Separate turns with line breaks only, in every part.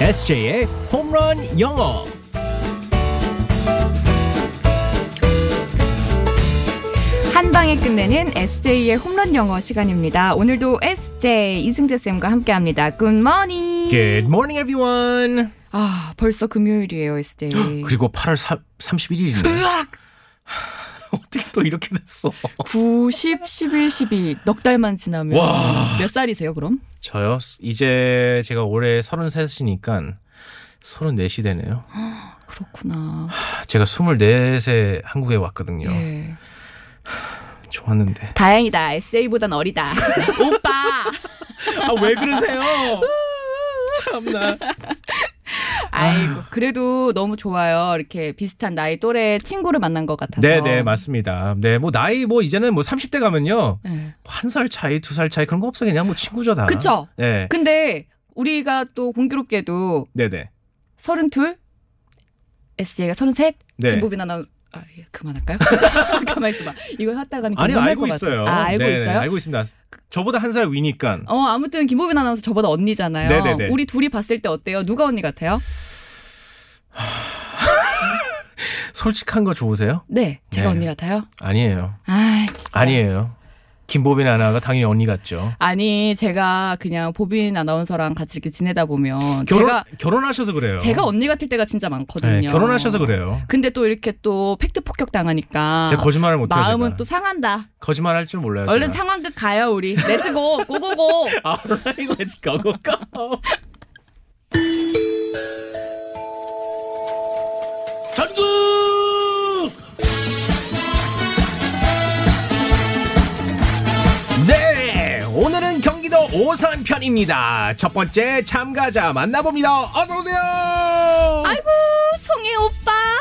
SJ의 홈런 영어.
한 방에 끝내는 SJ의 홈런 영어 시간입니다. 오늘도 SJ 이승재 쌤과 함께합니다. Good morning.
Good morning, everyone.
아 벌써 금요일이에요, SJ.
그리고 8월 31일이네.
으악!
어떻게 또 이렇게 됐어?
9, 10, 11, 12. 넉 달만 지나면
와.
몇 살이세요, 그럼?
저요? 이제 제가 올해 33이니까 34시 되네요.
그렇구나.
제가 24세 한국에 왔거든요.
예.
좋았는데.
다행이다. SJ보단 어리다. 오빠.
아, 왜 그러세요? 참나.
아이고. 그래도 너무 좋아요. 이렇게 비슷한 나이 또래 친구를 만난 것 같아서.
네, 네, 맞습니다. 네, 뭐 나이 뭐 이제는 뭐 30대 가면요.
예.
한 살 차이, 두 살 차이 그런 거 없어 그냥 뭐 친구죠 다.
그쵸?
네.
근데 우리가 또 공교롭게도
네, 네.
서른 둘, SJ가 서른 셋,
네.
김보빈 아나 아, 예, 그만할까요? 가만 있어봐. 이거 하다가는
아니
경험할
알고
음, 것 같아요.
있어요.
아, 알고
네네,
있어요?
알고 있습니다. 저보다 한 살 위니까
어 아무튼 김보빈 아나운서 저보다 언니잖아요.
네네네.
우리 둘이 봤을 때 어때요? 누가 언니 같아요?
솔직한 거 좋으세요?
네, 제가
네.
언니 같아요.
아니에요.
아 진짜.
아니에요. 김보빈 아나가 당연히 언니 같죠.
아니 제가 그냥 보빈 아나운서랑 같이 이렇게 지내다 보면
결혼
제가
결혼하셔서 그래요.
제가 언니 같을 때가 진짜
네,
많거든요.
결혼하셔서 그래요.
근데 또 이렇게 또 팩트 폭격 당하니까
제가 거짓말을 못해요.
아, 마음은
제가.
또 상한다.
거짓말할 줄 몰라요.
얼른
네, 제가.
상황극 가요 우리. 내치고 고고고.
Alright, let's go, go, go.
전국
네, 오늘은 경기도 오산 편입니다. 첫 번째 참가자 만나봅니다. 어서 오세요.
아이고 송혜 오빠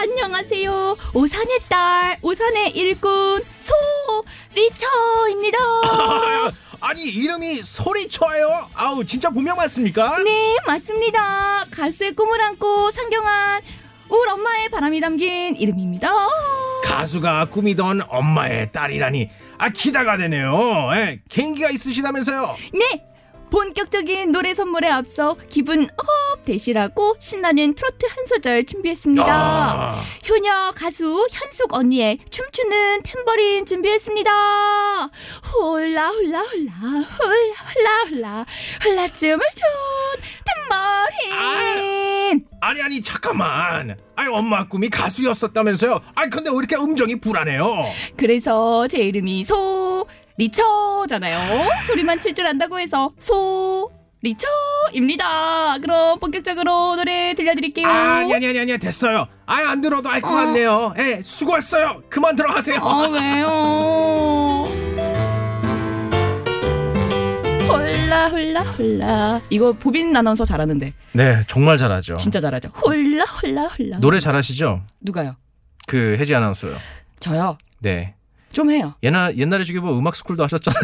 안녕하세요 오산의 딸 오산의 일꾼 소리처입니다
아니 이름이 소리쳐요? 아우 진짜 본명 맞습니까?
네 맞습니다 가수의 꿈을 안고 상경한 울 엄마의 바람이 담긴 이름입니다
가수가 꿈이던 엄마의 딸이라니 아 기대가 되네요. 예, 개인기가 있으시다면서요?
네 본격적인 노래 선물에 앞서 기분 업 되시라고 신나는 트로트 한 소절 준비했습니다
아,
효녀 가수 현숙 언니의 춤추는 탬버린 준비했습니다. 홀라 홀라 홀라 홀라 홀라 홀라 홀라춤을 춘 탬버린.
아니 아니 잠깐만. 아니 엄마 꿈이 가수였었다면서요? 아니 근데 왜 이렇게 음정이 불안해요?
그래서 제 이름이 소 리처잖아요. 소리만 칠 줄 안다고 해서 소 리처입니다. 그럼 본격적으로 노래 들려드릴게요.
아니 예, 아니 아니 아니 됐어요. 아예 안 들어도 알 것
어.
같네요. 예, 수고했어요. 그만 들어가세요.
아 왜요? 홀라 홀라 홀라
이거 보빈 아나운서 잘하는데
네, 정말 잘하죠.
진짜 잘하죠.
홀라 홀라 홀라
노래 잘하시죠?
누가요?
그 혜지 아나운서요.
저요.
네.
좀 해요.
옛날 옛날에 저기 뭐 음악 스쿨도 하셨잖아요.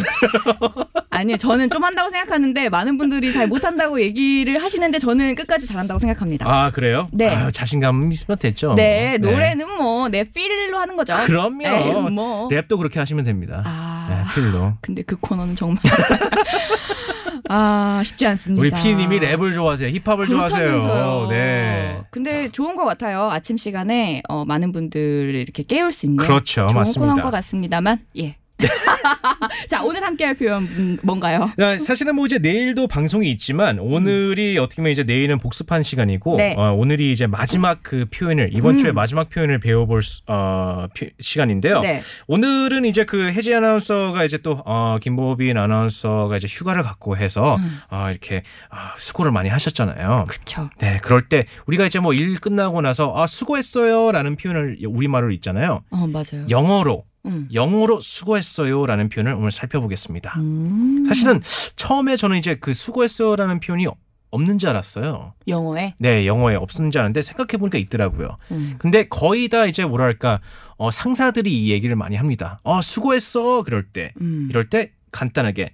아니요, 저는 좀 한다고 생각하는데 많은 분들이 잘 못한다고 얘기를 하시는데 저는 끝까지 잘한다고 생각합니다.
아 그래요?
네.
아유, 자신감이면 됐죠. 네.
네, 노래는 뭐 내 필로 하는 거죠.
아, 그럼요.
에이, 뭐.
랩도 그렇게 하시면 됩니다.
아,
네, 필로.
근데 그 코너는 정말 아 쉽지 않습니다.
우리 피디님이 랩을 좋아하세요. 힙합을 좋아하세요.
그렇다면서요. 어.
네.
근데 좋은 것 같아요. 아침 시간에 어, 많은 분들을 이렇게 깨울 수 있는
그렇죠.
좋은
맞습니다.
코너인 것 같습니다만 예. 자 오늘 함께할 표현 음, 뭔가요?
야, 사실은 뭐 이제 내일도 방송이 있지만 오늘이 어떻게 보면 이제 내일은 복습한 시간이고
음. 네.
어, 오늘이 이제 마지막 그 표현을 이번
음.
주에 마지막 표현을 배워볼 수, 어, 피- 시간인데요.
네.
오늘은 이제 그 혜지 아나운서가 이제 또 어, 김보빈 아나운서가 이제 휴가를 갖고 해서
음.
어, 이렇게 아, 수고를 많이 하셨잖아요.
그쵸.
네, 그럴 때 우리가 이제 뭐 일 끝나고 나서 아 수고했어요라는 표현을 우리말로 있잖아요.
어 맞아요.
영어로
음.
영어로 수고했어요라는 표현을 오늘 살펴보겠습니다.
음,
사실은 처음에 저는 이제 그 수고했어요라는 표현이 없는 줄 알았어요.
영어에
네, 영어에 없는 줄 알았는데 생각해 보니까 있더라고요.
음.
근데 거의 다 이제 뭐랄까 어, 상사들이 이 얘기를 많이 합니다. 어, 수고했어 그럴 때
음.
이럴 때 간단하게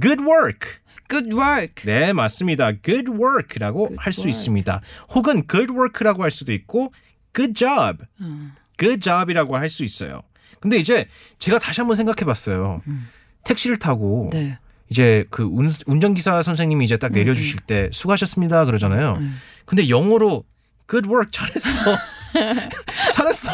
good work
good work.
네, 맞습니다. good work라고
Good
할 수
work.
있습니다. 혹은 good work라고 할 수도 있고 good job,
음.
good job이라고 할 수 있어요. 근데 이제 제가 다시 한번 생각해 봤어요.
음.
택시를 타고
네. 음,
이제 그 운, 운전기사 선생님이 이제 딱 내려주실 때 수고하셨습니다 그러잖아요. 근데 영어로 good work 잘했어. 잘했어.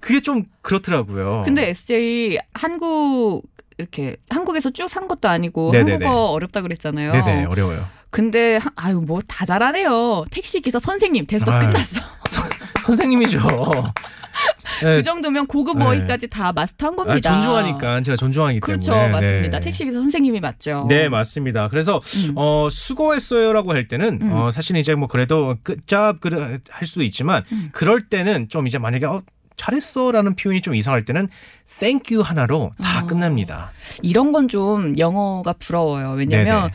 그게 좀 그렇더라고요.
근데 SJ 한국 이렇게 한국에서 쭉 산 것도 아니고
네네네.
한국어 어렵다 그랬잖아요.
네네 어려워요.
근데 하- 아유 뭐 다 잘하네요. 택시 기사 선생님 됐어
아유.
끝났어.
선생님이죠. 네,
그 정도면 고급
네.
어휘까지 다 마스터한 겁니다.
아, 존중하니까 제가 존중하기
그렇죠
때문에
맞습니다.
네.
택시 기사 선생님이 맞죠.
네 맞습니다. 그래서
음.
어 수고했어요라고 할 때는
음.
어 사실 이제 뭐 그래도 끝잡 그래 할 수도 있지만
음.
그럴 때는 좀 이제 만약에 어 잘했어라는 표현이 좀 이상할 때는 thank you 하나로 다
어.
끝납니다.
이런 건 좀 영어가 부러워요. 왜냐면
네네.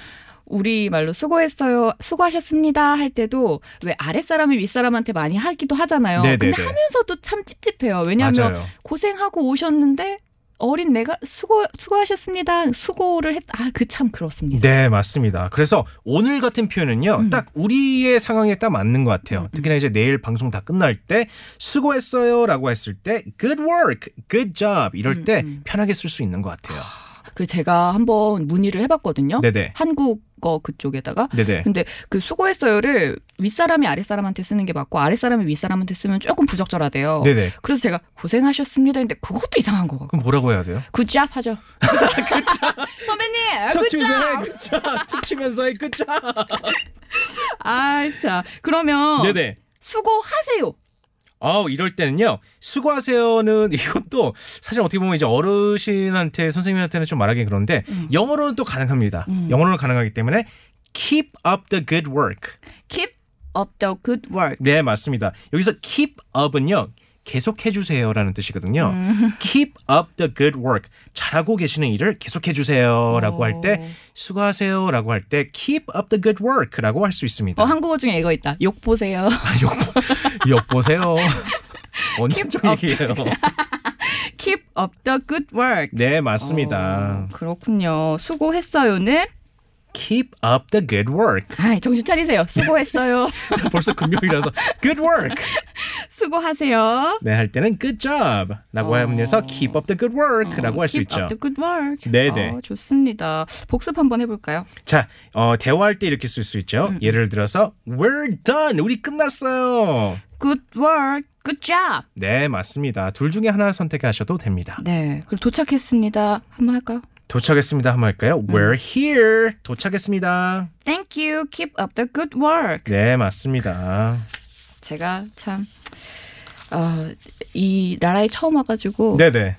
우리 말로 수고했어요, 수고하셨습니다 할 때도 왜 아랫사람이 윗사람한테 많이 하기도 하잖아요.
네네네.
근데 하면서도 참 찝찝해요. 왜냐면
맞아요.
고생하고 오셨는데 어린 내가 수고 수고하셨습니다. 수고를 했. 아 그 참 그렇습니다.
네, 맞습니다. 그래서 오늘 같은 표현은요,
음.
딱 우리의 상황에 딱 맞는 것 같아요. 특히나 이제 내일 방송 다 끝날 때, 수고했어요 라고 했을 때, good work, good job 이럴
음,
때
음.
편하게 쓸 수 있는 것 같아요.
그 제가 한번 문의를 해봤거든요.
네네.
한국어 그쪽에다가
네네.
아, 근데 그 수고했어요를 윗사람이 아랫사람한테 쓰는 게 맞고 아랫사람이 윗사람한테 쓰면 조금 부적절하대요.
네네.
그래서 제가 고생하셨습니다. 근데 그것도 이상한 거 같고.
그럼 뭐라고 해야 돼요?
굿잡 하죠. 선배님,
척추면서의
굿잡.
good job! 척추면서의 good job!
아, 자. 그러면
네네.
수고하세요.
아우 이럴 때는요 수고하세요는 이것도 사실 어떻게 보면 이제 어르신한테 선생님한테는 좀 말하기 그런데 영어로는 또 가능합니다
음.
영어로는 가능하기 때문에 keep up the good work
Keep up the good work.
네, 맞습니다. 여기서 keep up은요. 계속해 주세요라는 뜻이거든요. keep up the good work. 잘하고 계시는 일을 계속해 주세요라고 할 때
오.
수고하세요라고 할 때 keep up the good work라고 할 수 있습니다.
어, 한국어 중에 이거 있다. 욕 보세요.
아, 욕, 보- 욕 보세요. 언제적
up
얘기예요.
Keep up the good work.
네, 맞습니다.
어, 그렇군요. 수고했어요는
keep up the good work.
아, 정신 차리세요. 수고했어요.
벌써 금요일이라서 good work.
수고하세요.
네, 할 때는 good job라고
어.
하면서 keep up the good work라고 할 수
Keep
있죠.
up the good work.
네네.
어, 좋습니다. 복습 한번 해볼까요?
자, 어, 대화할 때 이렇게 쓸 수 있죠.
음,
예를 들어서 We're done. 우리 끝났어요.
Good work. Good job.
네, 맞습니다. 둘 중에 하나 선택하셔도 됩니다.
네. 그럼 도착했습니다. 한번 할까요?
도착했습니다. 한번 할까요?
음.
We're here. 도착했습니다.
Thank you. Keep up the good work.
네, 맞습니다.
제가 참, 어, 이 나라에 처음 와가지고
네, 음. 네.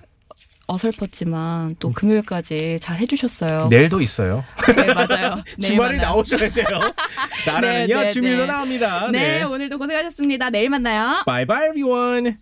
어설펐지만 또 금요일까지 잘 해주셨어요.
내일도 있어요.
네, 맞아요. 내일
주말에
만나요.
나오셔야 돼요. 나라는요.
네, 네,
주말도
네.
나옵니다.
네,
네.
오늘도 고생하셨습니다. 내일 만나요.
Bye bye everyone.